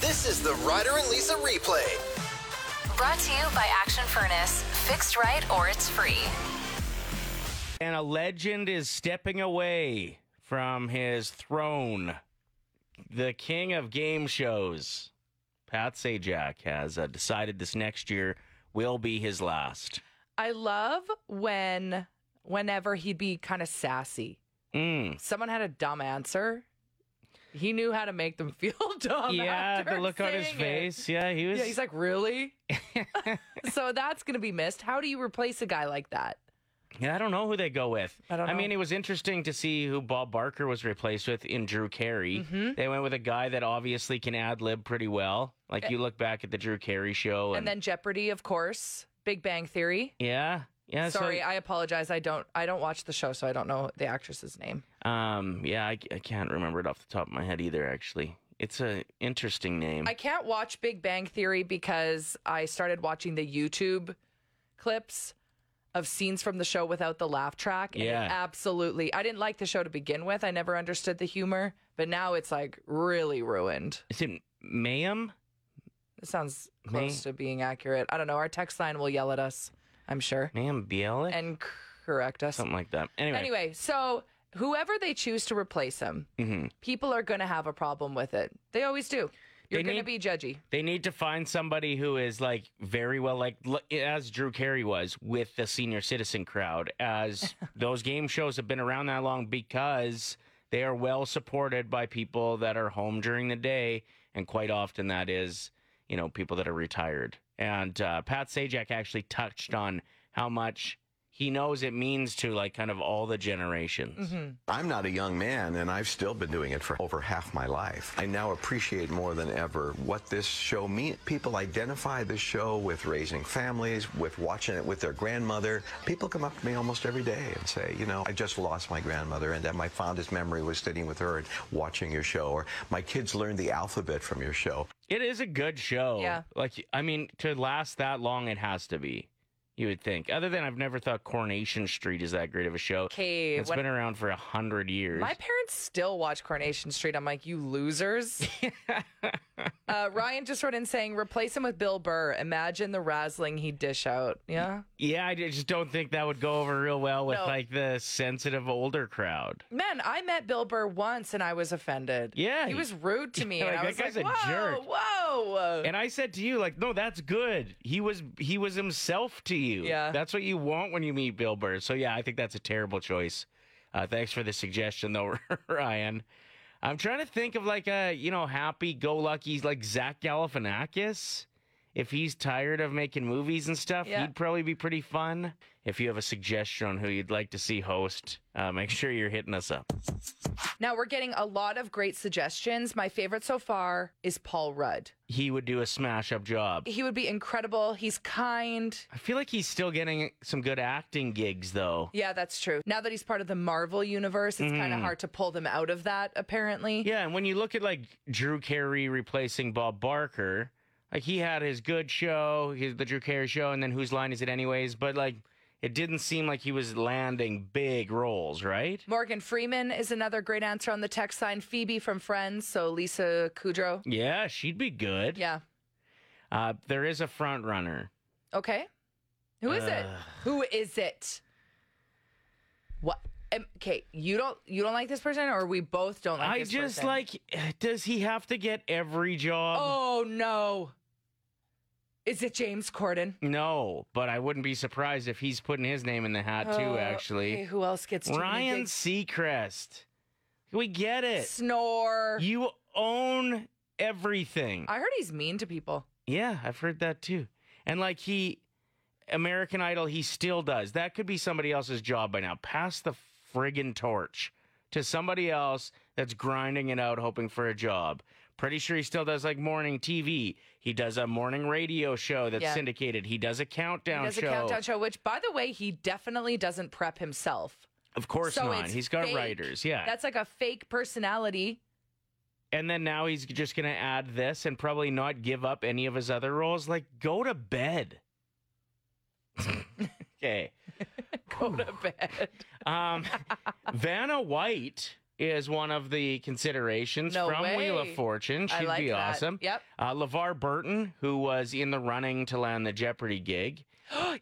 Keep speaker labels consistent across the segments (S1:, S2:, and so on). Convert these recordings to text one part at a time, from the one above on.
S1: This is the Ryder and Lisa replay.
S2: Brought to you by Action Furnace. Fixed right or it's free.
S3: And a legend is stepping away from his throne. The king of game shows, Pat Sajak, has uh, decided this next year will be his last.
S4: I love when whenever he'd be kind of sassy.
S3: Mm.
S4: Someone had a dumb answer. He knew how to make them feel dumb.
S3: yeah,
S4: after
S3: the look on his
S4: saying it.
S3: face. Yeah, he was.
S4: Yeah, he's like, really? so that's gonna be missed. How do you replace a guy like that?
S3: Yeah, I don't know who they go with.
S4: I don't know.
S3: mean, it was interesting to see who Bob Barker was replaced with in Drew Carey.
S4: Mm-hmm.
S3: They went with a guy that obviously can ad lib pretty well. Like you look back at the Drew Carey show, and,
S4: Eh. And then Jeopardy, of course. Big Bang Theory.
S3: yeah, yeah. so-
S4: Sorry, I apologize. I don't. I don't watch the show, so I don't know the actress's name.
S3: Um, yeah, I, I can't remember it off the top of my head either. Actually, it's a interesting name.
S4: I can't watch Big Bang Theory because I started watching the YouTube clips of scenes from the show without the laugh track. And it
S3: Yeah.
S4: absolutely. I didn't like the show to begin with. I never understood the humor, but now it's like really ruined.
S3: Is it Mayhem?
S4: It sounds
S3: Me?
S4: close to being accurate. I don't know. Our text line will yell at us, I'm sure,
S3: Mayhem Bialik?
S4: and correct us.
S3: Something like that. Anyway,
S4: Anyway, so whoever they choose to replace him,
S3: Mm-hmm.
S4: people are going to have a problem with it. They always do. You're
S3: They
S4: going to
S3: need-
S4: be judgy.
S3: they need to find somebody who is like very well, like l- as Drew Carey was with the senior citizen crowd, as those game shows have been around that long because they are well supported by people that are home during the day, and quite often that is, you know, people that are retired. And uh, Pat Sajak actually touched on how much he knows it means to like kind of all the generations.
S5: I'm not a young man, and I've still been doing it for over half my life. I now appreciate more than ever what this show means. People identify this show with raising families, with watching it with their grandmother. People come up to me almost every day and say, you know, I just lost my grandmother, and that my fondest memory was sitting with her and watching your show, or my kids learned the alphabet from your show.
S3: It is a good show.
S4: Yeah.
S3: Like I mean, to last that long, it has to be. You would think. Other than I've never thought Coronation Street is that great of a show.
S4: Okay,
S3: it's
S4: what-
S3: been around for a hundred years.
S4: My parents still watch Coronation Street. I'm like, you losers. uh, Ryan just wrote in saying, replace him with Bill Burr. Imagine the razzling he'd dish out. Yeah.
S3: yeah, I just don't think that would go over real well with
S4: No.
S3: like the sensitive older crowd.
S4: Man, I met Bill Burr once and I was offended.
S3: Yeah,
S4: He
S3: he-
S4: was rude to me.
S3: Yeah,
S4: and I
S3: like,
S4: was
S3: that
S4: like,
S3: guy's a
S4: whoa,
S3: jerk."
S4: whoa.
S3: And I said to you, like, no, that's good. He was he was himself to you.
S4: Yeah.
S3: That's what you want when you meet Bill Burr. So yeah, I think that's a terrible choice. Uh, thanks for the suggestion though, Ryan. I'm trying to think of like a you know happy go lucky like Zach Galifianakis. If he's tired of making movies and stuff,
S4: Yeah.
S3: he'd probably be pretty fun. If you have a suggestion on who you'd like to see host, uh, make sure you're hitting us up.
S4: now we're getting a lot of great suggestions. My favorite so far is Paul Rudd.
S3: He would do a smash up job.
S4: He would be incredible. He's kind.
S3: I feel like he's still getting some good acting gigs though.
S4: Yeah, that's true. Now that he's part of the Marvel universe, it's kind of hard to pull them out of that, apparently.
S3: Mm. Yeah, and when you look at like Drew Carey replacing Bob Barker, like he had his good show, his, the Drew Carey show, and then whose line is it anyways? But like, it didn't seem like he was landing big roles, right?
S4: Morgan Freeman is another great answer on the text sign. Phoebe from Friends, so Lisa Kudrow.
S3: Yeah, she'd be good.
S4: Yeah.
S3: Uh, there is a front runner.
S4: Okay. Who is it?
S3: Ugh.
S4: Who is it? What? um, Okay, you don't you don't like this person, or we both don't like.
S3: I
S4: this
S3: just
S4: person?
S3: like, um, does he have to get every job?
S4: Oh no! Is it James Corden?
S3: No, but I wouldn't be surprised if he's putting his name in the hat
S4: Oh,
S3: too. Actually,
S4: okay, who else gets too many
S3: Ryan
S4: gigs?
S3: Seacrest. We get it.
S4: Snore.
S3: You own everything.
S4: I heard he's mean to people.
S3: Yeah, I've heard that too. And like he, American Idol, he still does. That could be somebody else's job by now. Pass the friggin' torch to somebody else that's grinding it out, hoping for a job. Pretty sure he still does like morning TV. He does a morning radio show that's
S4: Yeah.
S3: syndicated. He does a countdown
S4: he does
S3: show.
S4: a countdown show, which, by the way, he definitely doesn't prep himself.
S3: Of course
S4: so
S3: not.
S4: it's
S3: He's got
S4: fake.
S3: writers. Yeah.
S4: That's like a fake personality.
S3: and then now he's just going to add this and probably not give up any of his other roles. Like, go to bed. okay.
S4: Go to bed.
S3: Um, Vanna White is one of the considerations
S4: No
S3: from Wheel of
S4: way.
S3: Fortune.
S4: I
S3: She'd
S4: like
S3: be
S4: that.
S3: awesome.
S4: Yep.
S3: Uh, LeVar Burton, who was in the running to land the Jeopardy gig,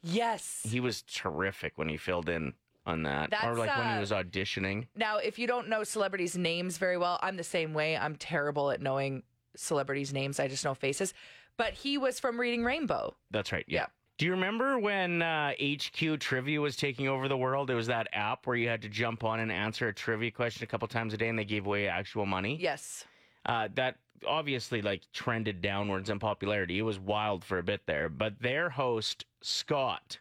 S4: Yes.
S3: he was terrific when he filled in on that, or
S4: That's,
S3: like when
S4: uh,
S3: he was auditioning.
S4: Now, if you don't know celebrities' names very well, I'm the same way. I'm terrible at knowing celebrities' names. I just know faces. But he was from Reading Rainbow.
S3: That's right. Yeah.
S4: Yep.
S3: Do you remember when uh, HQ Trivia was taking over the world? It was that app where you had to jump on and answer a trivia question a couple times a day, and they gave away actual money.
S4: Yes.
S3: uh, that obviously like trended downwards in popularity. It was wild for a bit there, but their host Scott,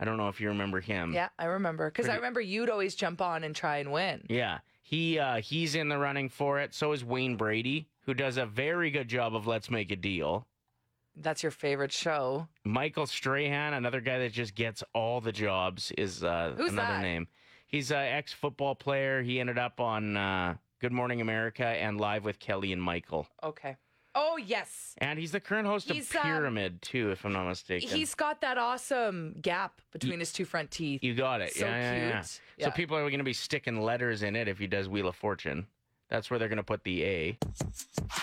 S3: I don't know if you remember him.
S4: Yeah, I remember. Because I
S3: Mm. Pretty-
S4: remember you'd always jump on and try and win.
S3: yeah. He uh, he's in the running for it. So is Wayne Brady, who does a very good job of Let's Make a Deal.
S4: That's your favorite show.
S3: Michael Strahan, another guy that just gets all the jobs, is uh,
S4: Who's
S3: another
S4: that?
S3: name. He's an ex football player. He ended up on uh, Good Morning America and Live with Kelly and Michael.
S4: Okay. Oh, yes.
S3: And he's the current host
S4: He's,
S3: of
S4: um,
S3: Pyramid, too, if I'm not mistaken.
S4: He's got that awesome gap between his two front teeth.
S3: You got it.
S4: So
S3: yeah, yeah, yeah.
S4: cute.
S3: So
S4: Yeah.
S3: people are going to be sticking letters in it if he does Wheel of Fortune. That's where they're going to put the A.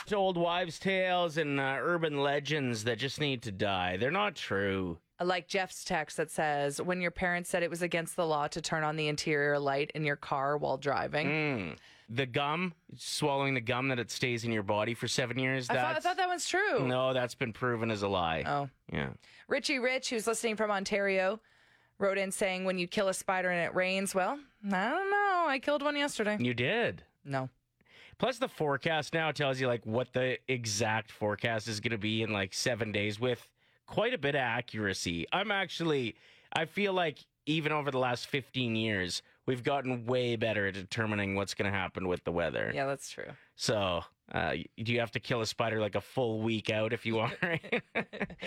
S3: It's old wives' tales and uh, urban legends that just need to die. They're not true.
S4: Like Jeff's text that says, when your parents said it was against the law to turn on the interior light in your car while driving.
S3: Mm. The gum, swallowing the gum that it stays in your body for seven years.
S4: I, thought, I
S3: That's,
S4: thought that one's true.
S3: no, that's been proven as a lie.
S4: Oh.
S3: Yeah.
S4: Richie Rich, who's listening from Ontario, wrote in saying, when you kill a spider and it rains, well, I don't know. I killed one yesterday.
S3: You did.
S4: No.
S3: Plus, the forecast now tells you like what the exact forecast is going to be in like seven days with quite a bit of accuracy. I'm actually, I feel like even over the last 15 years, we've gotten way better at determining what's going to happen with the weather.
S4: Yeah, that's true.
S3: So, uh, do you have to kill a spider like a full week out if you want?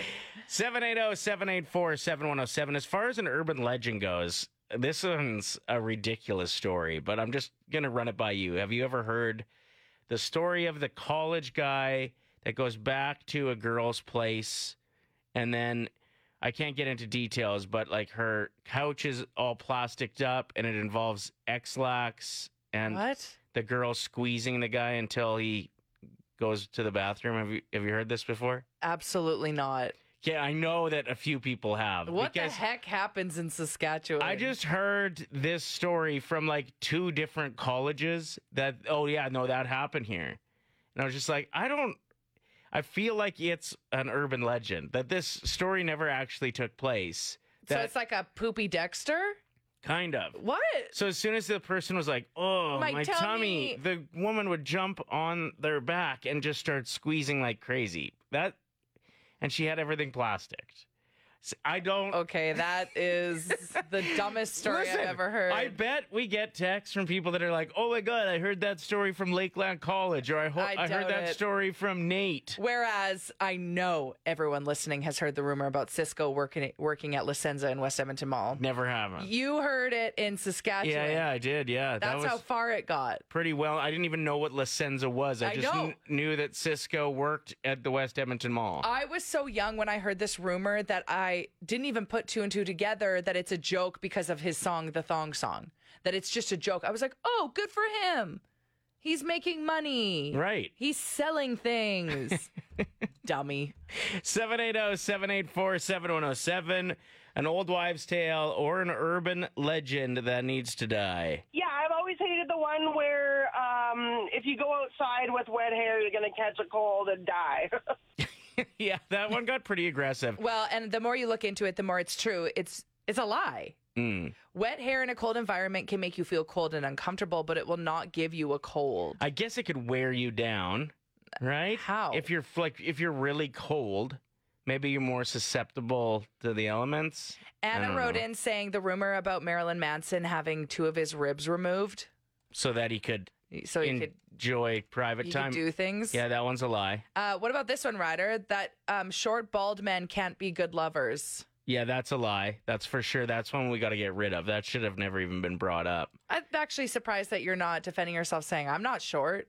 S3: 780 784 7107. As far as an urban legend goes, this one's a ridiculous story, but I'm just going to run it by you. Have you ever heard the story of the college guy that goes back to a girl's place and then I can't get into details, but like her couch is all plasticked up and it involves X lax and
S4: what?
S3: the girl squeezing the guy until he goes to the bathroom. Have you have you heard this before?
S4: Absolutely not.
S3: Yeah, I know that a few people have.
S4: What the
S3: because
S4: heck happens in Saskatchewan?
S3: I just heard this story from like two different colleges that oh yeah, no that happened here. And I was just like, I don't I feel like it's an urban legend that this story never actually took place.
S4: so
S3: That
S4: it's like a poopy Dexter.
S3: kind of.
S4: What?
S3: So as soon as the person was like, "Oh,
S4: My
S3: my, tummy,",
S4: tummy."
S3: the woman would jump on their back and just start squeezing like crazy. That, and she had everything plasticked. S- I don't.
S4: Okay, that is the dumbest Oh, story
S3: Listen,
S4: I've ever heard.
S3: I bet we get texts from people that are like, "Oh my god, I heard that story from Lakeland College," or "I, ho-
S4: I
S3: I,
S4: doubt
S3: heard that
S4: it.
S3: story from Nate."
S4: Whereas I know everyone listening has heard the rumor about Cisco working at, working at Licenza in West Edmonton Mall.
S3: Never happened.
S4: You heard it in Saskatchewan.
S3: Yeah, yeah, I did. Yeah, that
S4: That's
S3: was
S4: how far it got.
S3: pretty well. I didn't even know what Licenza was. I,
S4: I
S3: just
S4: know.
S3: kn- knew that Cisco worked at the West Edmonton Mall.
S4: I was so young when I heard this rumor that I didn't even put two and two together that it's a joke because of his song, The Thong Song. That it's just a joke. I was like, oh, good for him. He's making money.
S3: right.
S4: He's selling things. Dummy.
S3: oh, 780-784-7107 an old wives tale or an urban legend that needs to die
S6: Yeah, I've always hated the one where um, if you go outside with wet hair, you're going to catch a cold and die.
S3: yeah that one got pretty aggressive
S4: Well, and the more you look into it, the more it's true. It's it's a lie.
S3: Mm.
S4: Wet hair in a cold environment can make you feel cold and uncomfortable, but it will not give you a cold.
S3: i guess it could wear you down right
S4: How?
S3: if you're like if you're really cold maybe you're more susceptible to the elements I
S4: Anna
S3: don't
S4: wrote
S3: know.
S4: in saying the rumor about Marilyn Manson having two of his ribs removed
S3: so that he could
S4: so he could
S3: enjoy private
S4: you
S3: time
S4: could do things.
S3: yeah that one's a lie
S4: Uh, what about this one, Ryder? That um, short, bald men can't be good lovers.
S3: yeah that's a lie that's for sure that's one we got to get rid of that should have never even been brought up
S4: I'm actually surprised that you're not defending yourself, saying I'm not short,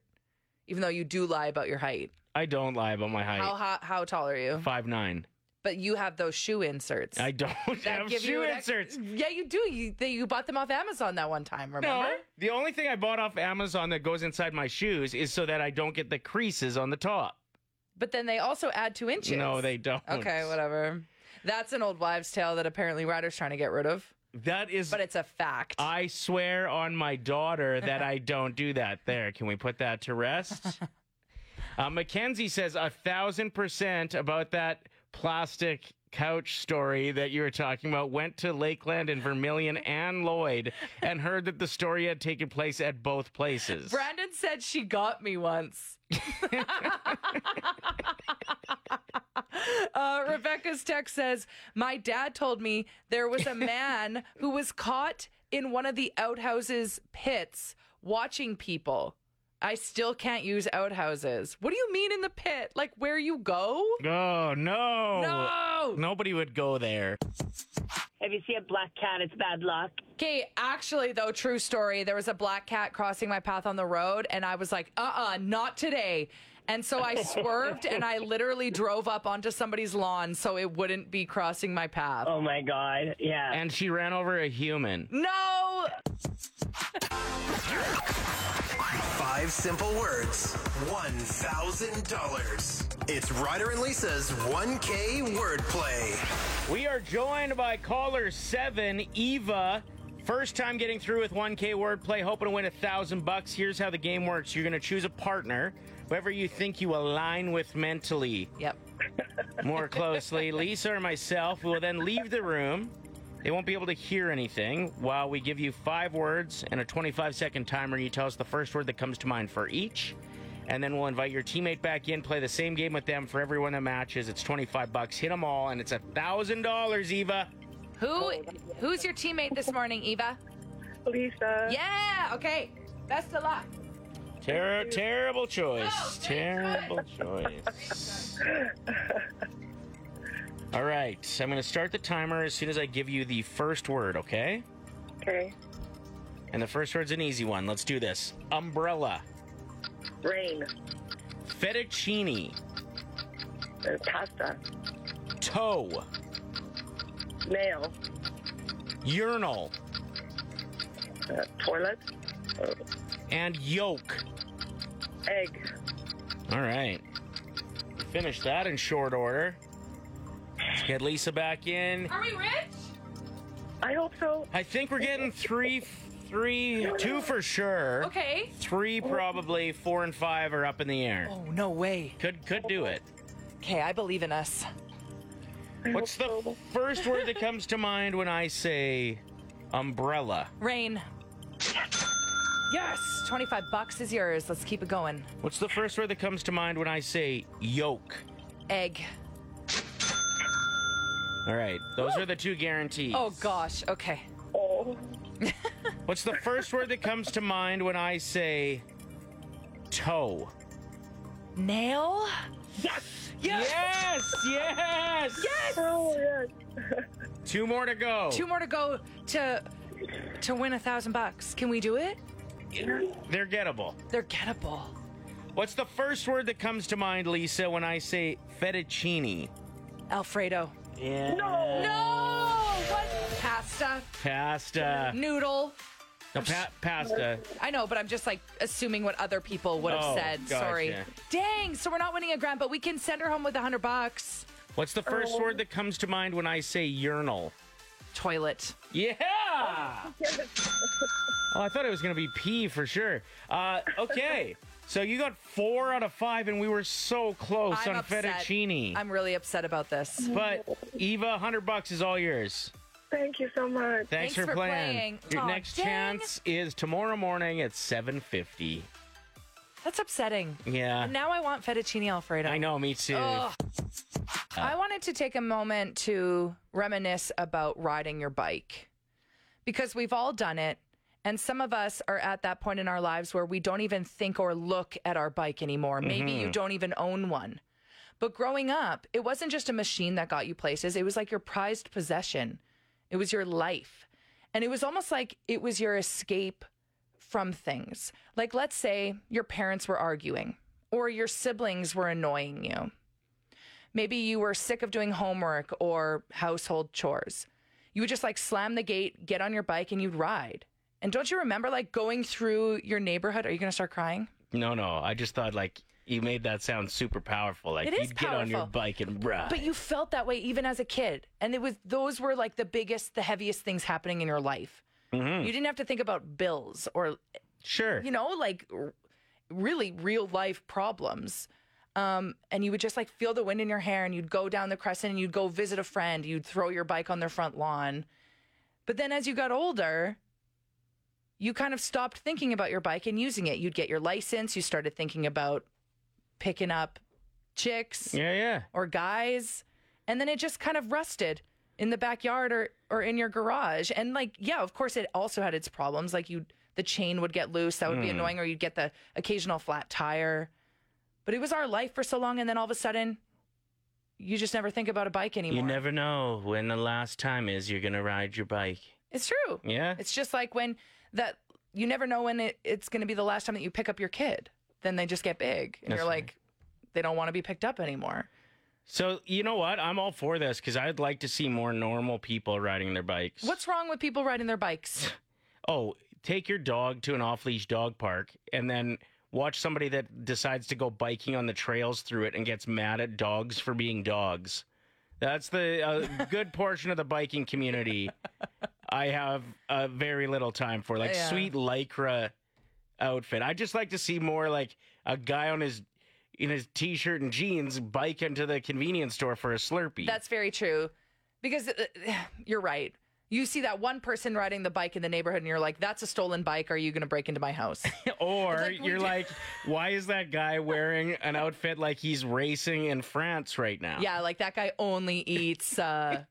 S4: even though you do lie about your height.
S3: i don't lie about my height
S4: How how, how tall are you?
S3: five nine
S4: but you have those shoe inserts.
S3: I don't have
S4: give you
S3: shoe
S4: an ex-
S3: inserts.
S4: yeah, you do. You they, you bought them off Amazon that one time, remember?
S3: No, the only thing I bought off Amazon that goes inside my shoes is so that I don't get the creases on the top.
S4: But then they also add two inches.
S3: No, they don't.
S4: Okay, whatever. That's an old wives' tale that apparently Ryder's trying to get rid of,
S3: That is.
S4: but it's a fact.
S3: I swear on my daughter that I don't do that. There, can we put that to rest? uh, Mackenzie says a thousand percent about that plastic couch story that you were talking about. Went to Lakeland and Vermilion and Lloyd and heard that the story had taken place at both places.
S4: Brandon said she got me once. uh, Rebecca's text says, My dad told me there was a man who was caught in one of the outhouses pits watching people. I still can't use outhouses. What do you mean in the pit? Like where you go?
S3: oh no!
S4: No!
S3: Nobody would go there.
S7: If you see a black cat, it's bad luck.
S4: Okay, actually, though, true story. There was a black cat crossing my path on the road, and I was like, uh uh not today. And so I swerved and I literally drove up onto somebody's lawn so it wouldn't be crossing my path.
S7: Oh my god. Yeah.
S3: And she ran over a human.
S4: No!
S1: Five simple words, $1,000. It's Ryder and Lisa's 1K wordplay.
S3: We are joined by caller seven, Eva. First time getting through with 1K wordplay, hoping to win a thousand bucks. Here's how the game works: you're going to choose a partner, whoever you think you align with mentally
S4: Yep.
S3: more closely. Lisa or myself will then leave the room. They won't be able to hear anything while we give you five words and a 25 second timer. You tell us the first word that comes to mind for each. And then we'll invite your teammate back in, play the same game with them for everyone that matches. It's 25 bucks. Hit them all, and it's a $1,000, Eva.
S4: Who who's your teammate this morning, Eva?
S8: Lisa.
S4: Yeah, okay. Best of luck.
S3: Ter- terrible choice. terrible choice. All right, so I'm going to start the timer as soon as I give you the first word, okay?
S8: Okay.
S3: And the first word's an easy one. Let's do this umbrella,
S8: Rain.
S3: fettuccine,
S8: Uh, pasta.
S3: toe,
S8: Nail.
S3: urinal,
S8: Uh, toilet. Uh,
S3: and yolk.
S8: egg.
S3: All right. Finish that in short order. Let's get Lisa back in.
S4: Are we rich?
S8: I hope so.
S3: I think we're getting three, three, two for sure.
S4: Okay.
S3: Three probably, four and five are up in the air.
S4: Oh no way.
S3: Could could do it.
S4: Okay, I believe in us.
S3: What's the first word that comes to mind when I say umbrella?
S4: Rain. Yes. 25 bucks is yours. Let's keep it going.
S3: What's the first word that comes to mind when I say yolk?
S4: Egg.
S3: All right, those are the two guarantees.
S4: Oh gosh. Okay.
S8: Oh.
S3: What's the first word that comes to mind when I say toe?
S4: Nail? Yes!
S3: Yes, yes.
S8: Oh, yes.
S3: Two more to go.
S4: Two more to go to to win a thousand bucks. Can we do it?
S3: They're gettable.
S4: They're gettable.
S3: What's the first word that comes to mind, Lisa, when I say fettuccine?
S4: Alfredo.
S3: Yeah.
S4: No! What? Pasta.
S3: Pasta.
S4: Noodle.
S3: No, pa- pasta.
S4: I know, but I'm just like assuming what other people would have
S3: Oh,
S4: said.
S3: gotcha.
S4: Sorry. Dang, so we're not winning a grand, but we can send her home with a hundred bucks.
S3: What's the first word that comes to mind when I say urinal?
S4: Toilet.
S3: Yeah. oh, I thought it was gonna be pee for sure. Uh, okay, so you got four out of five, and we were so close
S4: I'm
S3: on
S4: upset.
S3: fettuccine.
S4: I'm really upset about this.
S3: but Eva, hundred bucks is all yours.
S8: Thank you so much.
S3: Thanks,
S4: Thanks for
S3: playing.
S4: playing.
S3: Your
S4: Aw,
S3: next
S4: dang.
S3: chance is tomorrow morning at seven fifty.
S4: That's upsetting.
S3: Yeah.
S4: Now I want fettuccine alfredo.
S3: I know, me too.
S4: Ugh. I wanted to take a moment to reminisce about riding your bike because we've all done it. And some of us are at that point in our lives where we don't even think or look at our bike anymore. Maybe you don't even own one. But growing up, it wasn't just a machine that got you places, it was like your prized possession, it was your life. And it was almost like it was your escape from things. Like, let's say your parents were arguing or your siblings were annoying you. maybe you were sick of doing homework or household chores. You would just like slam the gate, get on your bike, and you'd ride. And don't you remember like going through your neighborhood? Are you going to start crying?
S3: No, no. I just thought like you made that sound super powerful. Like
S4: It is
S3: you'd get on your
S4: powerful.
S3: bike and ride.
S4: But you felt that way even as a kid. And it was those were like the biggest, the heaviest things happening in your life. You didn't have to think about bills or
S3: sure.
S4: you know, like r- really real life problems. Um, and you would just like feel the wind in your hair and you'd go down the crescent and you'd go visit a friend, you'd throw your bike on their front lawn. But then as you got older, you kind of stopped thinking about your bike and using it. You'd get your license, you started thinking about picking up chicks
S3: yeah, yeah.
S4: or guys and then it just kind of rusted in the backyard or or in your garage and like yeah of course it also had its problems like you the chain would get loose that would
S3: Hmm.
S4: be annoying or you'd get the occasional flat tire but it was our life for so long and then all of a sudden you just never think about a bike anymore
S3: You never know when the last time is you're gonna ride your bike.
S4: it's true
S3: Yeah.
S4: it's just like when that you never know when it, it's going to be the last time that you pick up your kid then they just get big and
S3: That's
S4: you're
S3: right.
S4: like they don't want to be picked up anymore
S3: So you know what? I'm all for this because I'd like to see more normal people riding their bikes.
S4: what's wrong with people riding their bikes
S3: oh, take your dog to an off-leash dog park and then watch somebody that decides to go biking on the trails through it and gets mad at dogs for being dogs. That's the uh, good portion of the biking community. I have uh, very little time for like
S4: Yeah.
S3: sweet lycra outfit. I just like to see more like a guy on his in his t-shirt and jeans bike into the convenience store for a Slurpee.
S4: That's very true. Because uh, you're right. You see that one person riding the bike in the neighborhood and you're like, that's a stolen bike. Are you going to break into my house?
S3: Or
S4: Like, we
S3: you're
S4: do-
S3: like, why is that guy wearing an outfit like he's racing in France right now?
S4: yeah, like that guy only eats uh,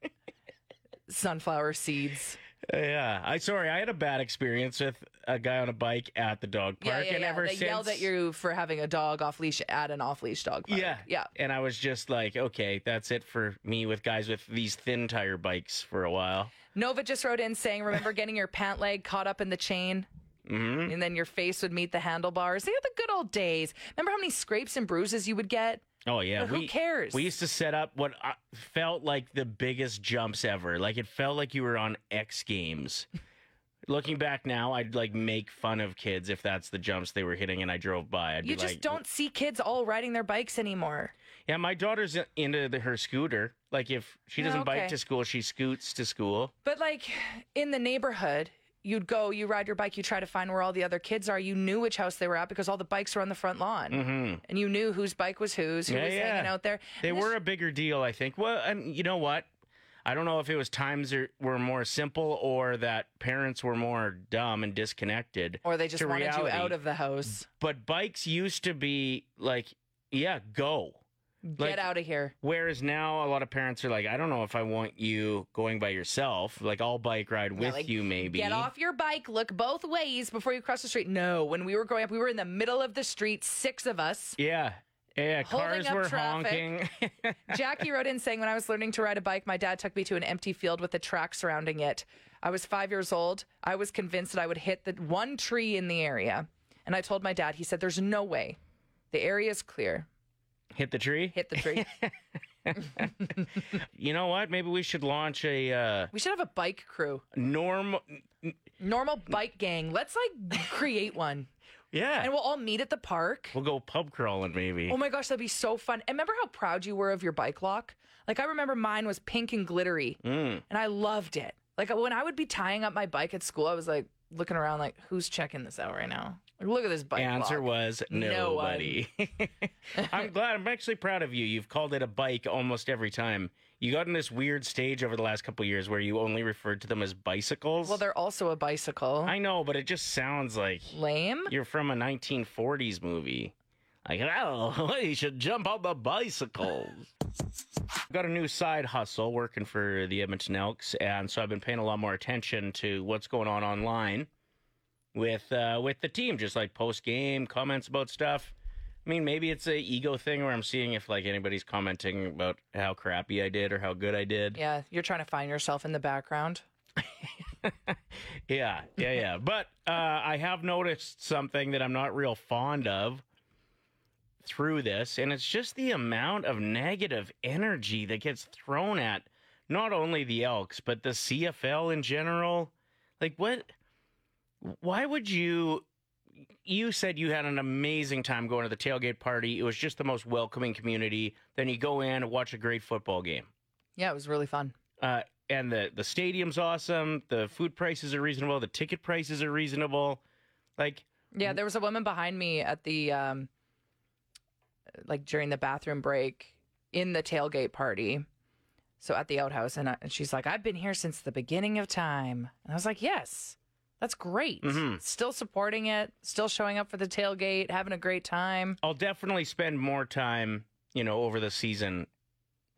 S4: sunflower seeds.
S3: yeah. I sorry, I had a bad experience with a guy on a bike at the dog park,
S4: yeah, yeah,
S3: and
S4: yeah.
S3: ever
S4: they
S3: since
S4: yelled at you for having a dog off leash at an off leash dog park.
S3: Yeah,
S4: Yeah.
S3: And I was just like, okay, that's it for me with guys with these thin tire bikes for a while.
S4: Nova just wrote in saying, remember getting your pant leg caught up in the chain? Mm-hmm. And then your face would meet the handlebars. They are the good old days. Remember how many scrapes and bruises you would get?
S3: Oh yeah,
S4: But who cares?
S3: We used to set up what I felt like the biggest jumps ever. Like it felt like you were on X Games. Looking back now, I'd like make fun of kids if that's the jumps they were hitting, and I drove by. I'd
S4: You
S3: be
S4: just
S3: like,
S4: don't see kids all riding their bikes anymore.
S3: Yeah, my daughter's into the, her scooter. Like if she doesn't
S4: okay.
S3: bike to school, she scoots to school.
S4: But like in the neighborhood, you'd go, you ride your bike, you try to find where all the other kids are. You knew which house they were at because all the bikes were on the front lawn, and you knew whose bike was whose, who
S3: Mm. Yeah,
S4: was hanging
S3: yeah.
S4: out there.
S3: Mm-hmm. They
S4: And this-
S3: were a bigger deal, I think. Well, and you know what? I don't know if it was times are, were more simple or that parents were more dumb and disconnected.
S4: or they just
S3: to
S4: wanted you
S3: reality.
S4: out of the house.
S3: but bikes used to be like, yeah, go. Like-
S4: Get out of here.
S3: Whereas now a lot of parents are like, I don't know if I want you going by yourself. Like I'll bike ride with
S4: like,
S3: you maybe.
S4: Get off your bike, look both ways before you cross the street. No, when we were growing up, we were in the middle of the street, six of us.
S3: Yeah. Yeah,
S4: Holding
S3: cars
S4: up
S3: were
S4: traffic.
S3: honking.
S4: Jackie wrote in saying, When I was learning to ride a bike, my dad took me to an empty field with a track surrounding it. I was five years old. I was convinced that I would hit the one tree in the area. And I told my dad, he said, There's no way. The area is clear.
S3: Hit the tree.
S4: Hit the tree.
S3: You know what? Maybe we should launch a uh,
S4: we should have a bike crew,
S3: normal.
S4: normal bike gang. Let's like create one.
S3: Yeah.
S4: And we'll all meet at the park.
S3: We'll go pub crawling, maybe.
S4: Oh my gosh, that'd be so fun. And remember how proud you were of your bike lock? Like, I remember mine was pink and glittery,
S3: Hmm.
S4: and I loved it. Like, when I would be tying up my bike at school, I was like looking around, like, who's checking this out right now? Like, look at this bike
S3: Answer
S4: lock.
S3: was
S4: No one.
S3: nobody. I'm glad. I'm actually proud of you. You've called it a bike almost every time. You got in this weird stage over the last couple of years where you only referred to them as bicycles.
S4: Well, they're also a bicycle.
S3: I know, but it just sounds like
S4: Lame?
S3: you're from a 1940s movie. Like, oh, you should jump on the bicycles. Got a new side hustle working for the Edmonton Elks, and so I've been paying a lot more attention to what's going on online with uh, with the team, just like post game comments about stuff. I mean, maybe it's a ego thing where I'm seeing if like anybody's commenting about how crappy I did or how good I did.
S4: Yeah, you're trying to find yourself in the background.
S3: Yeah, yeah, yeah. but uh, I have noticed something that I'm not real fond of. through this, and it's just the amount of negative energy that gets thrown at not only the Elks but the CFL in general. Like what? Why would you? You said you had an amazing time going to the tailgate party. It was just the most welcoming community. Then you go in and watch a great football game.
S4: Yeah, it was really fun.
S3: Uh, and the the stadium's awesome. The food prices are reasonable. The ticket prices are reasonable. Like
S4: Yeah, there was a woman behind me at the um like during the bathroom break in the tailgate party. So at the outhouse and, I, and she's like, "I've been here since the beginning of time." And I was like, "Yes. That's great.
S3: Mhm.
S4: Still supporting it, still showing up for the tailgate, having a great time."
S3: I'll definitely spend more time, you know, over the season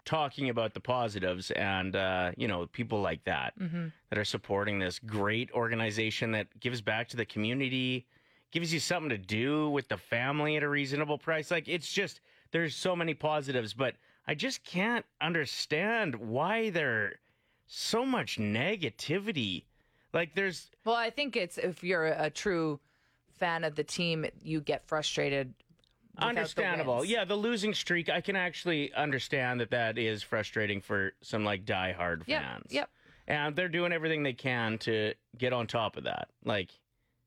S3: talking about the positives and uh, you know people like that
S4: Mhm.
S3: that are supporting this great organization that gives back to the community, gives you something to do with the family at a reasonable price. Like it's just there's so many positives, but I just can't understand why there so much negativity. Like there's
S4: Well, I think it's if you're a true fan of the team, you get frustrated. without the
S3: Understandable.
S4: wins.
S3: yeah, the losing streak, I can actually understand that that is frustrating for some like diehard
S4: Yep,
S3: fans.
S4: yep.
S3: And they're doing everything they can to get on top of that. Like,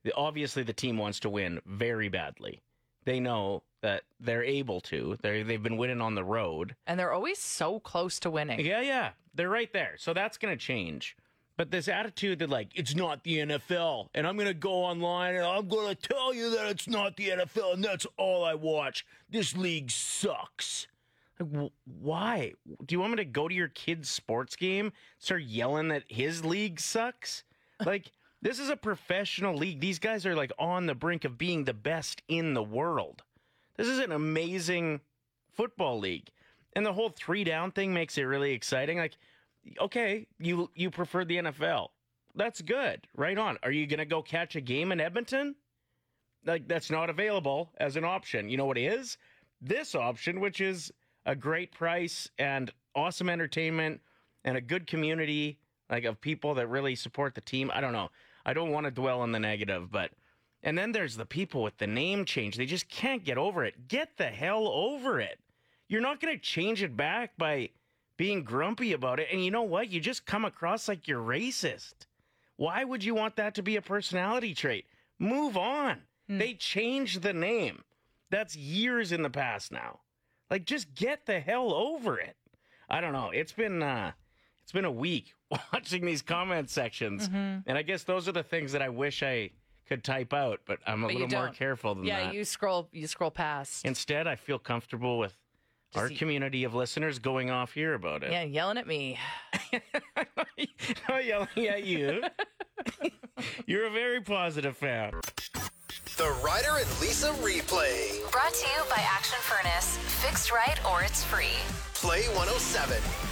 S3: the, obviously, the team wants to win very badly. They know that they're able to. They they've been winning on the road.
S4: And they're always so close to winning.
S3: Yeah, yeah, they're right there. So that's gonna change. But this attitude that like it's not the NFL, and I'm gonna go online and I'm gonna tell you that it's not the NFL, and that's all I watch. This league sucks. Like, wh- why? Do you want me to go to your kid's sports game, start yelling that his league sucks? Like, this is a professional league. These guys are like on the brink of being the best in the world. This is an amazing football league. And the whole three down thing makes it really exciting. Like, okay, you you prefer the NFL. That's good. Right on. Are you gonna go catch a game in Edmonton? Like that's not available as an option. You know what is? This option, which is a great price and awesome entertainment and a good community, like of people that really support the team. I don't know. I don't want to dwell on the negative, but and then there's the people with the name change. They just can't get over it. Get the hell over it. You're not going to change it back by being grumpy about it. And you know what? You just come across like you're racist. Why would you want that to be a personality trait? Move on.
S4: Hmm.
S3: They changed the name. That's years in the past now. Like just get the hell over it. I don't know. It's been uh it's been a week watching these comment sections.
S4: Mm-hmm.
S3: And I guess those are the things that I wish I could type out, but I'm a
S4: But you
S3: little more
S4: don't.
S3: careful than
S4: Yeah,
S3: that.
S4: you scroll you scroll past.
S3: Instead, I feel comfortable with our
S4: the-
S3: community of listeners going off here about
S4: yeah,
S3: it.
S4: yelling at me.
S3: Yeah. Not yelling at you. You're a very positive fan.
S1: The Ryder and Lisa replay. oh
S2: Brought to you by Action Furnace. Fixed right or it's free.
S1: Play 107.